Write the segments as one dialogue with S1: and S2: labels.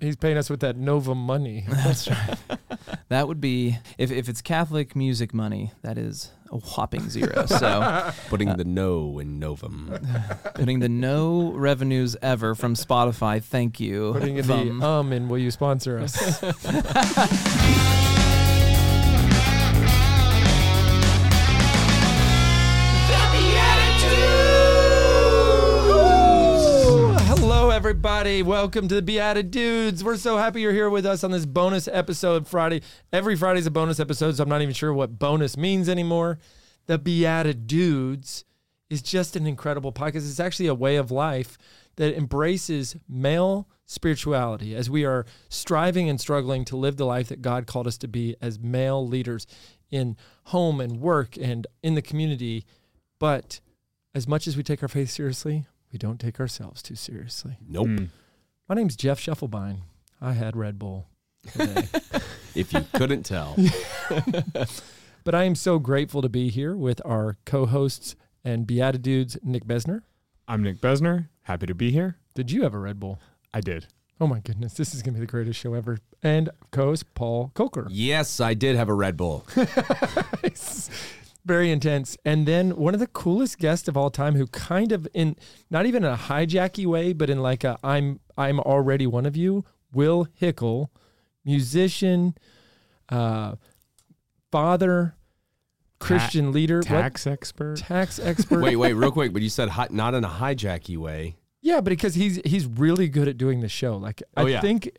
S1: he's paying us with that Nova money.
S2: That's right. that would be if, if it's Catholic music money, that is a whopping zero. So
S3: Putting
S1: Uh,
S3: the no in novum.
S2: putting the no revenues ever from Spotify, thank you.
S1: Putting in
S2: Vum.
S1: the um, and will you sponsor us? Ooh, Hello, everybody. Welcome to the Beatitudes. We're so happy you're here with us on this bonus episode Friday. Every Friday's a bonus episode, so I'm not even sure what bonus means anymore. The Beatitudes is just an incredible podcast. It's actually a way of life that embraces male spirituality as we are striving and struggling to live the life that God called us to be as male leaders in home and work and in the community. But as much as we take our faith seriously, we don't take ourselves too seriously.
S3: Nope.
S4: Hmm.
S1: My name's Jeff Scheffelbein. I had Red Bull today.
S3: If you couldn't tell.
S1: but I am so grateful to be here with our co hosts and Beatitudes, Nick Besner.
S4: I'm Nick Besner. Happy to be here.
S1: Did you have a Red Bull?
S4: I did.
S1: Oh my goodness, this is going to be the greatest show ever. And co host Paul Coker.
S3: Yes, I did have a Red Bull.
S1: Very intense. And then one of the coolest guests of all time who kind of in not even in a hijacky way, but in like a I'm I'm already one of you, Will Hickle, musician, uh, father, Christian leader, what?
S4: Tax expert.
S1: tax expert.
S3: Wait, wait, real quick. But you said hot, not in a hijacky way.
S1: Yeah, but because he's he's really good at doing the show. Like
S3: Oh,
S1: I
S3: yeah.
S1: think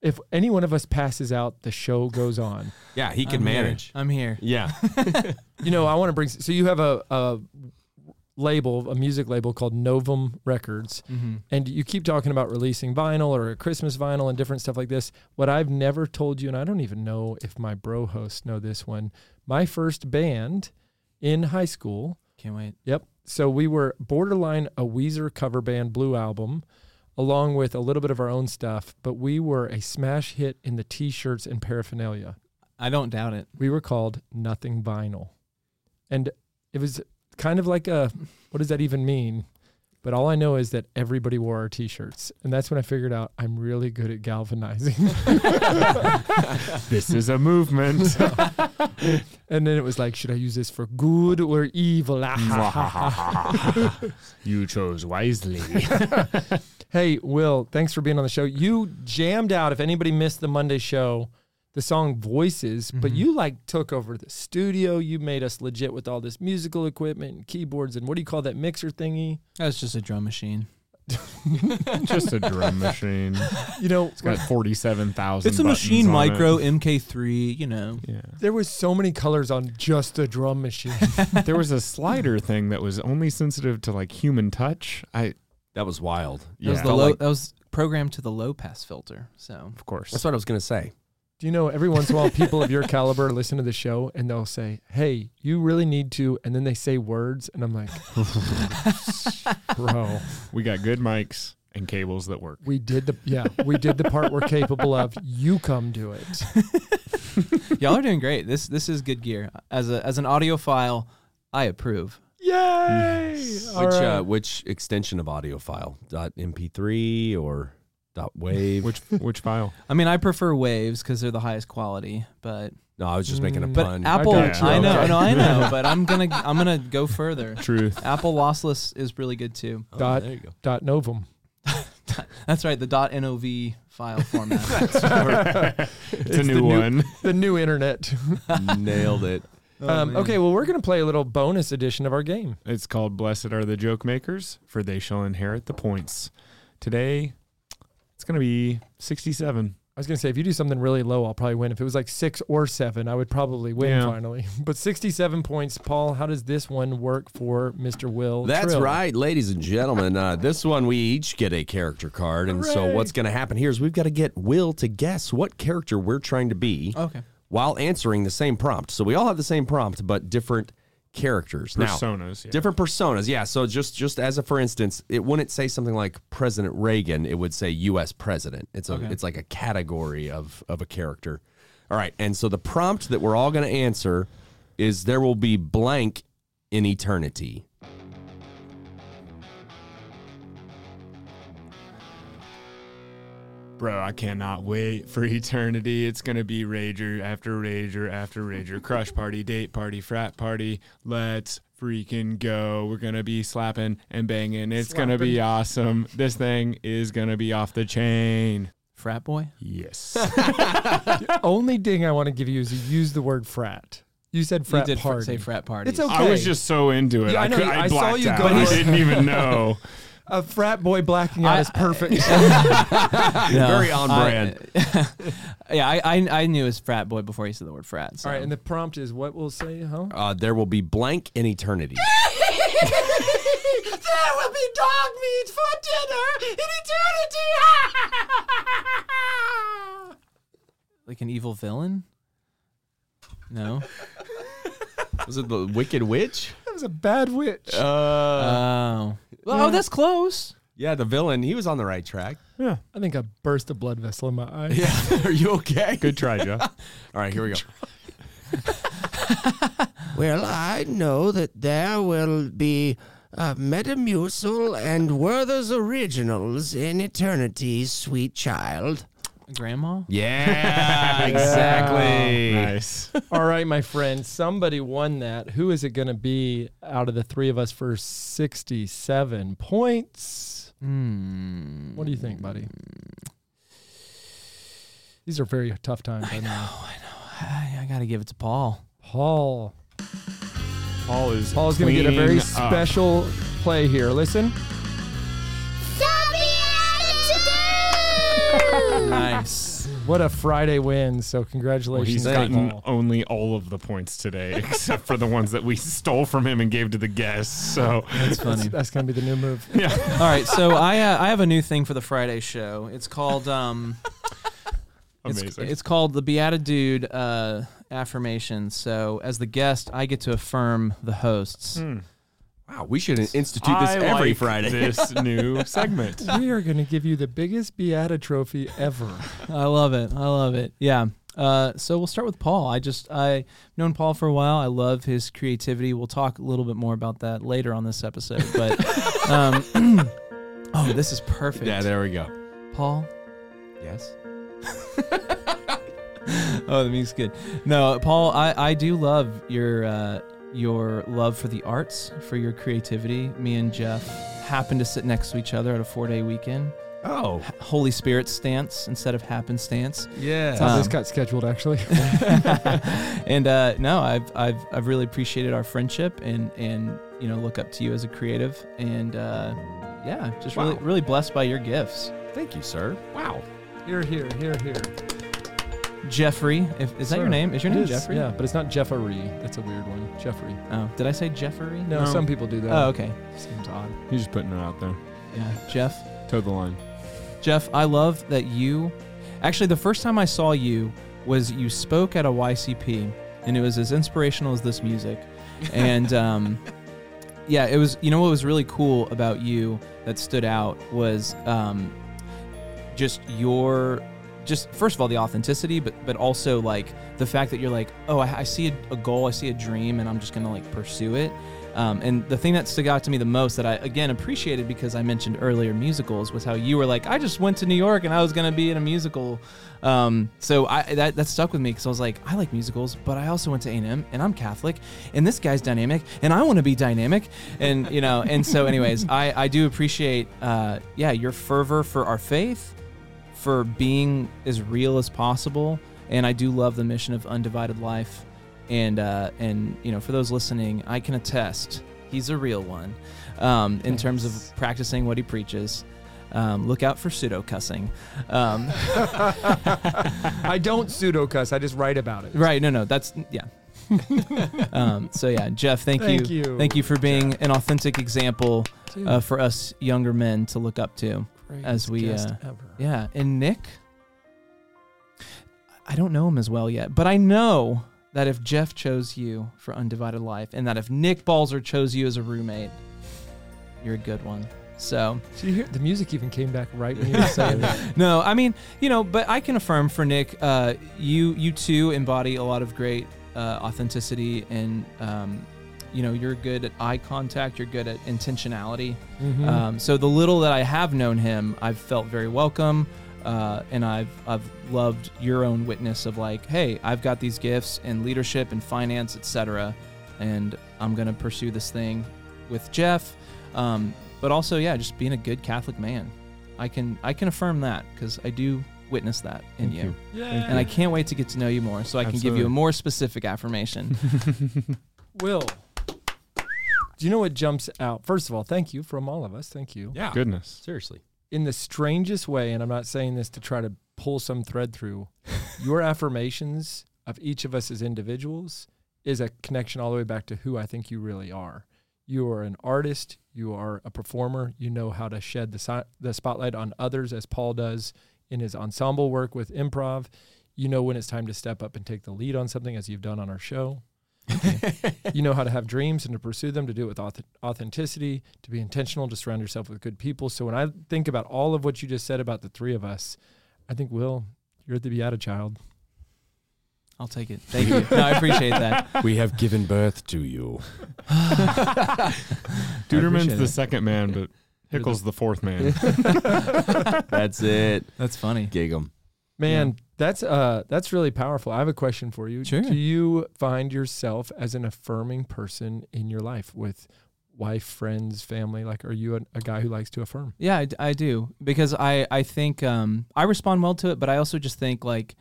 S1: if any one of us passes out, the show goes on.
S3: Yeah, he
S2: I'm
S1: Oh,
S3: can
S2: here.
S3: manage.
S2: I'm here.
S3: Yeah.
S1: you know, I want to bring. So you have a, a label, a music label called Novum Records,
S2: Mhm.
S1: and you keep talking about releasing vinyl or a Christmas vinyl and different stuff like this. What I've never told you, and I don't even know if my bro hosts know this one. My first band in high school.
S2: Can't wait.
S1: Yep. So we were borderline a Weezer cover band, Blue Album, along with a little bit of our own stuff, but we were a smash hit in the t-shirts and paraphernalia
S2: I don't doubt it.
S1: we were called Nothing Vinyl. And it was kind of like a what does that even mean? But all I know is that everybody wore our t-shirts. And that's when I figured out I'm really good at galvanizing.
S4: This is a movement.
S1: and then it was like, should I use this for good or evil? Ah, ha, ha, ha.
S4: you chose wisely.
S1: hey, Will, thanks for being on the show. You jammed out, if anybody missed the Monday show, the song Voices, but
S4: Mm-hmm.
S2: Mhm.
S1: you like took over the studio. You made us legit with all this musical equipment and keyboards and what do you call that mixer thingy?
S2: That's just a drum machine.
S4: Just a drum machine.
S1: You know,
S4: It's got 47,000.
S2: It's a
S4: buttons
S2: machine
S4: on it.
S2: micro MK3, you know.
S4: Yeah.
S1: There was so many colors on just a drum machine.
S4: There was a slider thing that was only sensitive to like human touch. I,
S3: That was wild.
S2: That was
S4: yeah,
S2: the low, that was programmed to the low pass filter. So
S4: of course.
S3: That's what I was going to say.
S1: Do you know every once in a while people of your caliber listen to the show and they'll say, "Hey, you really need to," and then they say words, and I'm like, "Bro,
S4: We got good mics and cables that work.
S1: we did the yeah, we did the part we're capable of. You come do it."
S2: y'all are doing great. This this is good gear. As a as an audiophile, I approve.
S1: Yay! All
S3: which
S1: right.
S3: uh, which extension of audio file? Dot .mp3 or dot .wave?
S4: Which which file?
S2: I mean, I prefer waves because they're the highest quality. But
S3: no, I was just making a
S1: Mm.
S2: but
S3: pun.
S2: Apple, I,
S4: got you.
S2: know,
S1: Okay.
S2: no, I know. But I'm gonna I'm gonna go further.
S4: Truth.
S2: Apple lossless is really good too.
S3: Oh,
S1: Dot-
S3: there you go.
S1: Dot novum.
S2: That's right. The .nov file format.
S4: It's
S1: the
S4: a new
S1: new-
S4: one.
S1: The new internet.
S3: Nailed it.
S1: um, okay, well, we're gonna play a little bonus edition of our game.
S4: It's called Blessed Are the Joke Makers, for they shall inherit the points. Today, it's going to be 67.
S1: I was gonna say if you do something really low, I'll probably win. If it was like six or seven, I would probably win
S4: Yeah.
S1: finally. But sixty-seven points, Paul. How does this one work for Mr. Will?
S3: That's
S1: Trill?
S3: right, ladies and gentlemen. Uh, this one, we each get a character card. And so,
S1: Hooray.
S3: what's going to happen here is we've got to get Will to guess what character we're trying to be
S2: okay.
S3: while answering the same prompt. So, we all have the same prompt, but different characters. Now,
S4: Personas. yeah.
S3: different personas. Yeah. So, just, just as a for instance, it wouldn't say something like President Reagan, it would say U.S. President. It's, a, it's like a category of, of a character. All right. And so, the prompt that we're all going to answer is there will be blank in eternity.
S4: bro, I cannot wait for eternity. It's gonna be rager after rager after rager. Crush party, date party, frat party. Let's freaking go. We're gonna be slapping and banging. It's gonna be awesome. This thing is gonna be off the chain.
S2: Frat boy?
S4: Yes.
S1: Only ding I want to give you is you use the word frat. You said frat
S2: you did fr-
S1: party.
S2: say frat party.
S1: It's okay.
S4: I was just so into it.
S1: Yeah, I
S4: I,
S1: know.
S4: could,
S1: I
S4: I
S1: saw
S4: blacked
S1: you
S4: out.
S1: go-
S4: I didn't even know.
S1: a frat boy blacking out
S2: I-
S1: is perfect.
S3: Ah, Very on brand.
S2: yeah, I, I I knew his frat boy before he said the word frat. So.
S1: All right, and the prompt is what we'll say, huh?
S3: Uh, there will be blank in eternity.
S1: there will be dog meat for dinner in eternity.
S2: like an evil villain? No.
S3: Was it the Wicked Witch?
S1: that was a bad witch.
S3: Uh,
S2: Oh. oh, that's close.
S3: yeah, the villain. He was on the right track.
S4: Yeah.
S1: I think a burst of blood vessel in my eye.
S3: Yeah. Are you okay?
S4: Good try, Joe.
S3: All right, here we go. well, I know that there will be uh, Metamucil and Werther's Originals in eternity, sweet child.
S2: Grandma?
S3: Yeah, exactly.
S4: Oh, nice.
S1: All right, my friend, somebody won that. Who is it going to be out of the three of us for 67 points?
S2: Hmm.
S1: What do you think, buddy? These are very tough times. I know.
S2: I, I gotta give it to Paul.
S1: Paul.
S4: Paul is
S1: Paul's going to get a very
S4: clean up.
S1: special play here. Listen.
S2: Nice.
S1: What a Friday win. So congratulations.
S4: He's
S1: to
S4: gotten
S1: Paul.
S4: only all of the points today, except for the ones that we stole from him and gave to the guests. So
S2: That's funny.
S1: That's going to be the new move.
S2: All right, so I uh, I have a new thing for the Friday show. It's called um it's,
S4: amazing.
S2: it's called the Beatitude uh affirmation. So as the guest, I get to affirm the hosts.
S3: Wow, we should institute this
S4: I
S3: every
S4: like
S3: Friday.
S4: This new segment.
S1: We are going to give you the biggest Beata trophy ever.
S2: I love it. I love it. Yeah. Uh, so we'll start with Paul. I just I've known Paul for a while. I love his creativity. We'll talk a little bit more about that later on this episode. But um, oh, this is perfect.
S3: Yeah, there we go.
S2: Paul.
S3: Yes.
S2: Oh, the music's good. No, Paul, I, I do love your uh, your love for the arts, for your creativity. Me and Jeff happened to sit next to each other at a four day weekend.
S3: Oh,
S2: Holy Spirit stance instead of happenstance.
S3: yeah.
S1: That's how this
S2: Um,
S1: got scheduled, actually.
S2: and uh, no, I've, I've I've really appreciated our friendship and and you know look up to you as a creative and uh, yeah, just really
S3: Wow.
S2: really blessed by your gifts,
S3: Thank you, sir. Wow.
S1: Here, here, here, here.
S2: Jeffrey. If, is that your
S1: Sir.
S2: name? Is your
S1: It
S2: name
S1: is,
S2: Jeffrey?
S1: Yeah, but it's not Jeffrey. That's a weird one. Jeffrey.
S2: Oh, did I say Jeffrey?
S1: No,
S4: No.
S1: some people do that.
S2: Oh, okay.
S1: Seems odd.
S4: He's just putting it out there.
S2: Yeah, Jeff.
S4: Toe the line.
S2: Jeff, I love that you. Actually, the first time I saw you was you spoke at a YCP, and it was as inspirational as this music. And um, yeah, it was. You know what was really cool about you that stood out was um, just your. Just first of all, the authenticity, but but also like the fact that you're like, oh, I, I see a, a goal, I see a dream, and I'm just gonna like pursue it. Um, and the thing that stuck out to me the most that I again appreciated because I mentioned earlier musicals was how you were like, I just went to New York and I was gonna be in a musical. Um, so I that, that stuck with me because I was like, I like musicals, but I also went to A&M and I'm Catholic, and this guy's dynamic, and I want to be dynamic, and you know. And so, anyways, I I do appreciate uh, yeah your fervor for our faith, for being as real as possible, and I do love the mission of undivided life and uh, and you know for those listening i can attest he's a real one um, in terms of practicing what he preaches um, look out for pseudo cussing um,
S1: I don't pseudo cuss. I just write about it.
S2: right no no that's yeah um, so yeah jeff thank,
S1: Thank
S2: you.
S1: you.
S2: thank you for being an authentic example
S1: Dude,
S2: uh, for us younger men to look up to
S1: greatest
S2: as we,
S1: guest
S2: uh,
S1: ever.
S2: yeah and nick i don't know him as well yet but i know that if jeff chose you for undivided life and that if nick balzer chose you as a roommate you're a good one so
S1: Did you hear the music even came back right when you were saying that?
S2: no i mean you know but i can affirm for nick uh, you you too embody a lot of great uh, authenticity and um, you know you're good at eye contact you're good at intentionality
S1: Mhm.
S2: Uh, um, so the little that I have known him, I've felt very welcome. uh, and I've I've loved your own witness of like, hey, I've got these gifts in leadership and finance, etc., and I'm gonna pursue this thing with Jeff, um, but also yeah, just being a good Catholic man. I can I can affirm that because I do witness that in
S3: Thank
S2: you.
S3: you.
S1: Yeah.
S2: and I can't wait to get to know you more, so I can give
S4: Absolutely.
S2: you a more specific affirmation.
S1: Will. Do you know what jumps out? First of all, thank you from all of us. Thank you.
S3: Yeah.
S4: Goodness.
S3: Seriously.
S1: In the strangest way, and I'm not saying this to try to pull some thread through, your affirmations of each of us as individuals is a connection all the way back to who I think you really are. You are an artist, you are a performer, you know how to shed the, si- the spotlight on others as Paul does in his ensemble work with improv. You know when it's time to step up and take the lead on something, as you've done on our show. you know how to have dreams and to pursue them, to do it with auth- authenticity, to be intentional, to surround yourself with good people. So when I think about all of what you just said about the three of us, I think, Will, you're the Beata child.
S2: I'll take it. Thank you. No, I appreciate that.
S3: we have given birth to you.
S4: Duderman's
S2: appreciate
S4: the
S2: it.
S4: second man, but Hickle's the fourth man.
S3: That's it.
S2: That's funny.
S3: Gig 'em.
S1: Man, that's uh that's really powerful. I have a question for you.
S2: Sure.
S1: Do you find yourself as an affirming person in your life with wife, friends, family? Like, are you a, a guy who likes to affirm?
S2: Yeah, I, d- I do because I I think um, I respond well to it, but I also just think like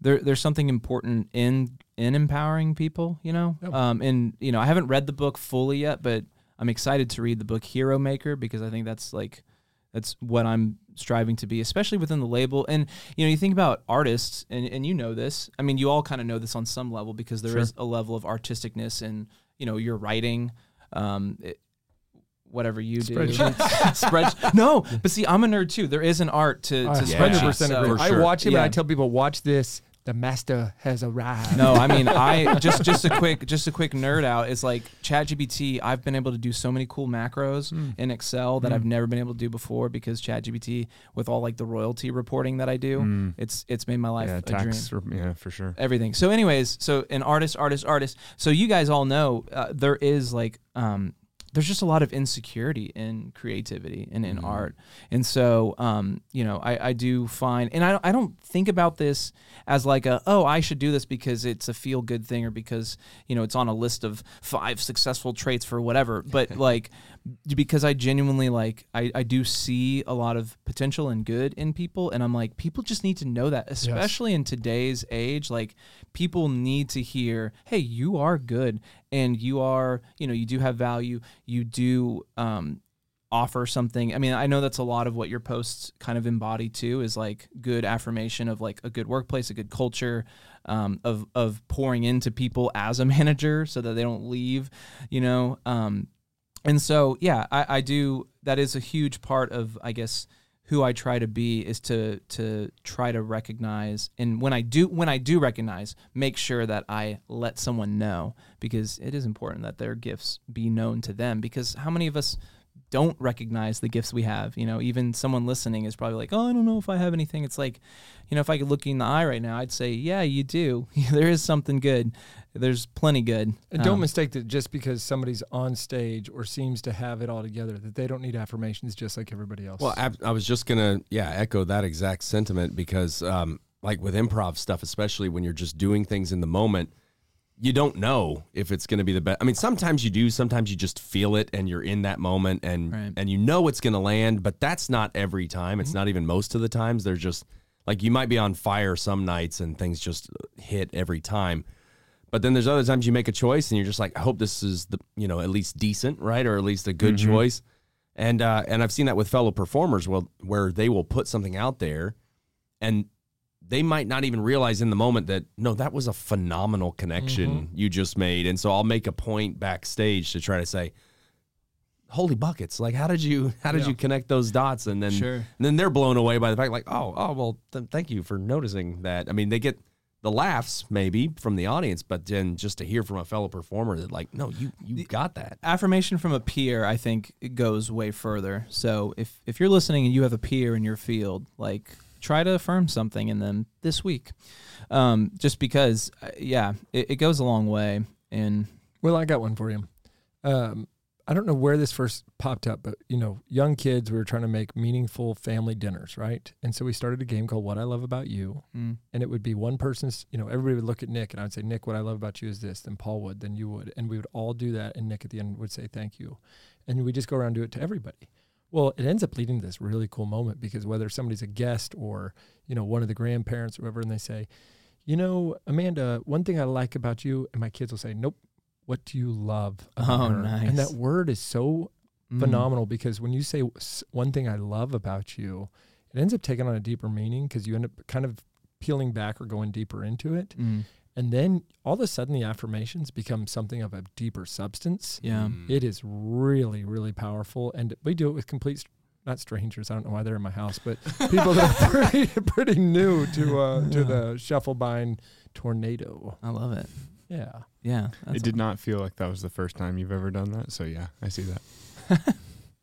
S2: there there's something important in in empowering people, you know.
S1: Yeah.
S2: Um, and you know, I haven't read the book fully yet, but I'm excited to read the book Hero Maker because I think that's like that's what I'm striving to be, especially within the label. And you know, you think about artists, and and you know this. I mean, you all kind of know this on some level because there is
S1: Sure.
S2: a level of artisticness in you know your writing. Um, it, whatever you do
S1: Spreadsheets.
S2: Spreadsheet. no but see i'm a nerd too there is an art to, to
S1: I
S3: yeah.
S2: spreadsheets,
S1: 100%
S2: so-
S1: agree.
S3: For
S1: I
S3: sure.
S1: watch him and I
S2: Yeah.
S1: tell people, watch this. The master has arrived.
S2: no i mean i just just a quick just a quick nerd out is like ChatGPT. i've been able to do so many cool macros in excel that i've never been able to do before because ChatGPT, with all like the royalty reporting that i do it's it's made my life
S4: yeah,
S2: a dream
S4: tax. rep- Yeah, for sure.
S2: everything. So, anyways, so an artist, artist, artist. So you guys all know uh, there is like um, there's just a lot of insecurity in creativity and in art, and so um, you know I, I do find, and I I don't think about this as like a oh I should do this because it's a feel good thing or because you know it's on a list of five successful traits for whatever, but like because I genuinely like I, I do see a lot of potential and good in people and I'm like people just need to know that especially in today's age like people need to hear hey you are good and you are you know you do have value you do um offer something I mean I know that's a lot of what your posts kind of embody too is like good affirmation of like a good workplace a good culture um, of of pouring into people as a manager so that they don't leave you know um and so yeah I, I do that is a huge part of i guess who i try to be is to to try to recognize and when i do when i do recognize make sure that i let someone know because it is important that their gifts be known to them because how many of us don't recognize the gifts we have you know even someone listening is probably like oh i don't know if i have anything it's like you know if i could look you in the eye right now i'd say yeah you do there is something good there's plenty good
S1: And don't
S2: Um,
S1: mistake that just because somebody's on stage or seems to have it all together, that they don't need affirmations just like everybody else.
S3: Well, I, I was just gonna yeah echo that exact sentiment because um, like with improv stuff, especially when you're just doing things in the moment, you don't know if it's gonna be the best. I mean, sometimes you do, sometimes you just feel it and you're in that moment and
S2: Right.
S3: and you know it's gonna land, but that's not every time. It's not even most of the times. There's just like you might be on fire some nights and things just hit every time. But then there's other times you make a choice and you're just like, I hope this is the you know at least decent, right, or at least a good choice. And uh, and I've seen that with fellow performers, well, where they will put something out there, and they might not even realize in the moment that no, that was a phenomenal connection you just made. And so I'll make a point backstage to try to say, "Holy buckets! Like, how did you how did
S1: Yeah.
S3: you connect those dots?" And then
S2: Sure.
S3: and then they're blown away by the fact, like, "Oh, oh, well, th- thank you for noticing that." I mean, they get the laughs maybe from the audience, but then just to hear from a fellow performer that like, no, you you got that.
S2: affirmation from a peer i think it goes way further so if if you're listening and you have a peer in your field like try to affirm something in them this week um, just because uh, yeah it, it goes a long way and
S1: Well, I got one for you. Um, I I don't know where this first popped up, but you know, young kids, we were trying to make meaningful family dinners, right? And so we started a game called What I Love About You.
S2: Mm.
S1: And it would be one person's, you know, everybody would look at Nick and I would say, Nick, what I love about you is this. Then Paul would, then you would. And we would all do that. And Nick at the end would say, thank you. And we just go around and do it to everybody. Well, it ends up leading to this really cool moment because whether somebody's a guest or, you know, one of the grandparents or whoever, and they say, you know, Amanda, one thing I like about you, and my kids will say, nope, what do you love about
S2: Oh,
S1: her? And
S2: nice.
S1: that word is so
S2: Mm.
S1: phenomenal because when you say s- one thing I love about you, it ends up taking on a deeper meaning because you end up kind of peeling back or going deeper into it.
S2: Mm.
S1: And then all of a sudden, the affirmations become something of a deeper substance.
S2: Yeah.
S1: It is really, really powerful. And we do it with complete, s- not strangers. I don't know why they're in my house, but people that are pretty, pretty new to, uh, to the Shufflebine tornado.
S2: I love it.
S1: Yeah.
S2: Yeah. that's
S4: it did not feel like that was the first time you've ever done that. So yeah, I see that.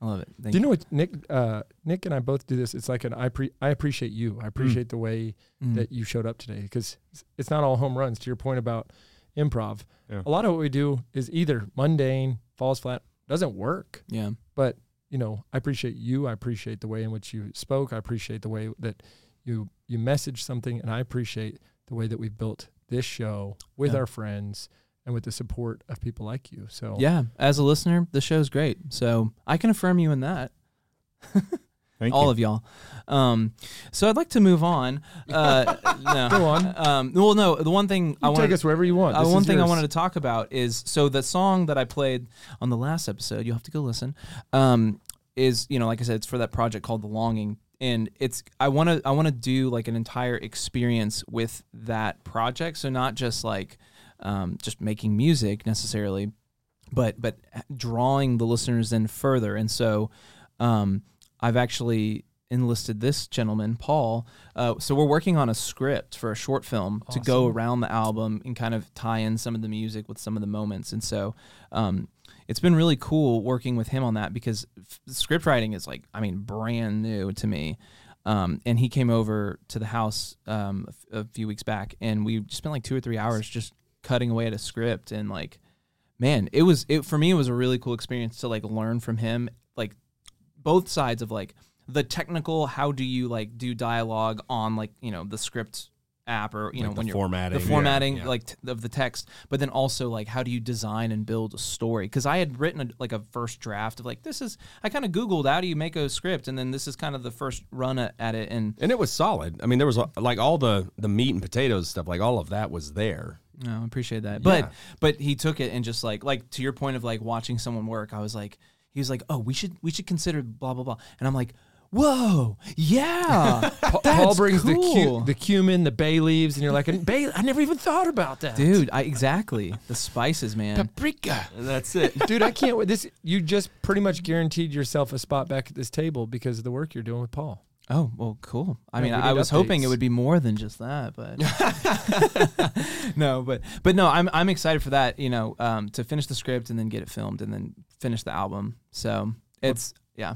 S2: I love it. Thank
S1: do you know what Nick, uh, Nick and I both do this? It's like an I, pre- I appreciate you. I appreciate the way
S2: Mm.
S1: that you showed up today because it's not all home runs. To your point about improv,
S4: Yeah.
S1: a lot of what we do is either mundane, falls flat, doesn't work.
S2: Yeah.
S1: But you know, I appreciate you. I appreciate the way in which you spoke. I appreciate the way that you you messaged something, and I appreciate the way that we've built this show with
S2: Yeah.
S1: our friends and with the support of people like you. So
S2: Yeah. As a listener, the show's great. So I can affirm you in that.
S4: Thank
S2: all
S4: you.
S2: of y'all. Um, so I'd like to move on. Uh, no.
S1: Go on.
S2: Um, well, no. The one thing I
S1: you
S2: wanted
S1: take us wherever you want.
S2: uh,
S1: This
S2: one
S1: is
S2: thing I
S1: yours.
S2: wanted to talk about is so the song that I played on the last episode, you'll have to go listen. Um, is you know, like I said, it's for that project called The Longing, and it's I want to I want to do like an entire experience with that project, so not just like um, just making music necessarily, but but drawing the listeners in further, and so um, I've actually enlisted this gentleman, Paul. Uh, so we're working on a script for a short film to go around the album and kind of tie in some of the music with some of the moments. And so um, it's been really cool working with him on that because f- script writing is like, I mean, brand new to me. Um, and he came over to the house um, a f- a few weeks back, and we spent like two or three hours just cutting away at a script and like man, it was it for me. It was a really cool experience to like learn from him, like both sides of like the technical. How do you like do dialogue on like you know the script app or you know
S3: Like
S2: when
S3: the
S2: you're
S3: formatting.
S2: the formatting
S3: Yeah, yeah.
S2: like t- of the text, but then also like how do you design and build a story? Because I had written a, like a first draft of like this is I kind of googled how do you make a script, and then this is kind of the first run a- at it, and
S3: and it was solid. I mean, there was uh, like all the the meat and potatoes stuff, like all of that was there.
S2: No, I appreciate that. But but he took it and just like like to your point of like watching someone work, I was like he was like, Oh, we should we should consider blah blah blah. And I'm like, Whoa, yeah.
S1: Pa-
S2: that's
S1: Paul brings the
S2: cool.
S1: cu- the cumin, the bay leaves, and you're like, bay. I never even thought about that,
S2: Dude, I exactly. The spices, man.
S4: Paprika.
S3: That's it.
S1: Dude, I can't wait. This you just pretty much guaranteed yourself a spot back at this table because of the work you're doing with Paul.
S2: Oh, well, cool. I
S1: Yeah,
S2: mean,
S1: we
S2: I
S1: need
S2: was hoping
S1: updates.
S2: it would be more than just that, but no, but but no, I'm I'm excited for that, you know, um, to finish the script and then get it filmed and then finish the album. So it's yeah.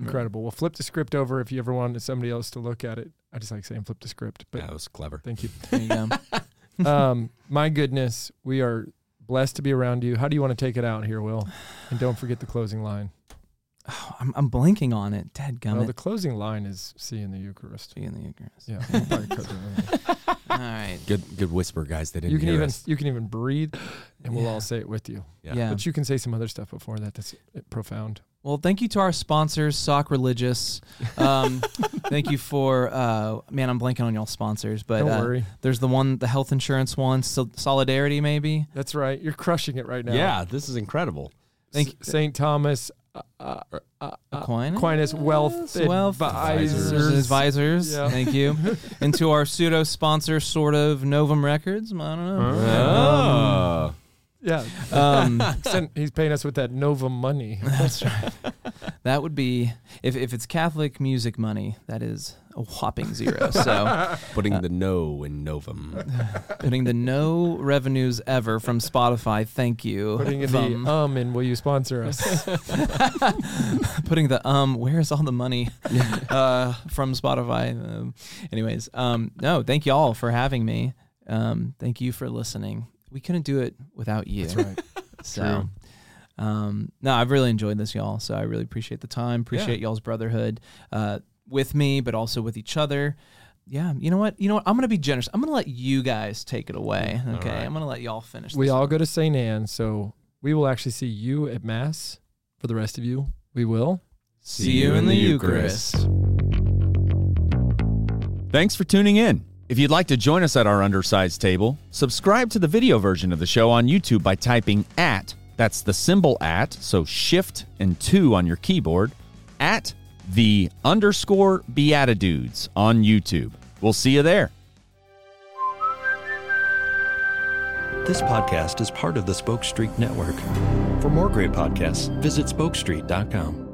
S2: Mm.
S1: Incredible. We'll flip the script over if you ever wanted somebody else to look at it. I just like saying flip the script, but
S3: that was clever.
S1: thank you.
S2: There you go.
S1: um, my goodness, we are blessed to be around you. How do you want to take it out here, Will? And don't forget the closing line.
S2: I'm, I'm blanking on it. Dad
S1: No,
S2: gummit.
S1: the closing line is "See in the Eucharist."
S2: Be in the Eucharist.
S1: Yeah, we'll probably cut that
S2: All right.
S3: Good good whisper, guys. They
S1: in.
S3: didn't
S1: you can
S3: hear
S1: even
S3: us.
S1: you can even breathe, and we'll
S2: Yeah.
S1: all say it with you.
S3: Yeah.
S2: Yeah.
S1: But you can say some other stuff before that. That's uh, profound.
S2: Well, thank you to our sponsors, Sock Religious. Um, thank you for uh, man. I'm blanking on y'all sponsors, but
S1: don't
S2: uh,
S1: worry.
S2: there's the one, the health insurance one, Sol- Solidarity maybe.
S1: That's right. You're crushing it right now.
S3: Yeah, this is incredible.
S2: Thank you.
S1: St. Thomas uh, uh, uh, uh,
S2: Aquinas.
S1: Aquinas Wealth
S2: Wealth
S1: Advisors.
S2: Advisors. Advisors.
S1: Yeah.
S2: Thank you. and to our pseudo sponsor, sort of Novum Records. I don't know.
S3: Oh.
S1: Yeah,
S2: Um,
S1: send- he's paying us with that Nova money.
S2: That's right. that would be if, if it's Catholic music money, that is a whopping zero. So
S3: Putting the no in novum.
S2: putting the no revenues ever from Spotify, thank you.
S1: Putting in
S2: Vum.
S1: the um and will you sponsor us?
S2: putting the um, where's all the money uh, from Spotify? Um, anyways, um, no, thank you all for having me. Um, thank you for listening. We couldn't do it without you.
S1: That's right.
S2: So Um, no, I've really enjoyed this, y'all. So I really appreciate the time. Appreciate y'all's brotherhood uh, with me, but also with each other. Yeah, you know what? You know what? I'm gonna be generous. I'm gonna let you guys take it away. Okay, I'm gonna let y'all finish.
S1: We
S2: this.
S1: all go to St. Anne, so we will actually see you at Mass. For the rest of you, we will.
S2: see you in the Eucharist.
S3: Thanks for tuning in. If you'd like to join us at our undersized table, subscribe to the video version of the show on YouTube by typing at, that's the symbol at, so shift and two on your keyboard, at the underscore beatitudes on YouTube. We'll see you there.
S5: This podcast is part of the Spoke Street Network. For more great podcasts, visit spokestreet.com.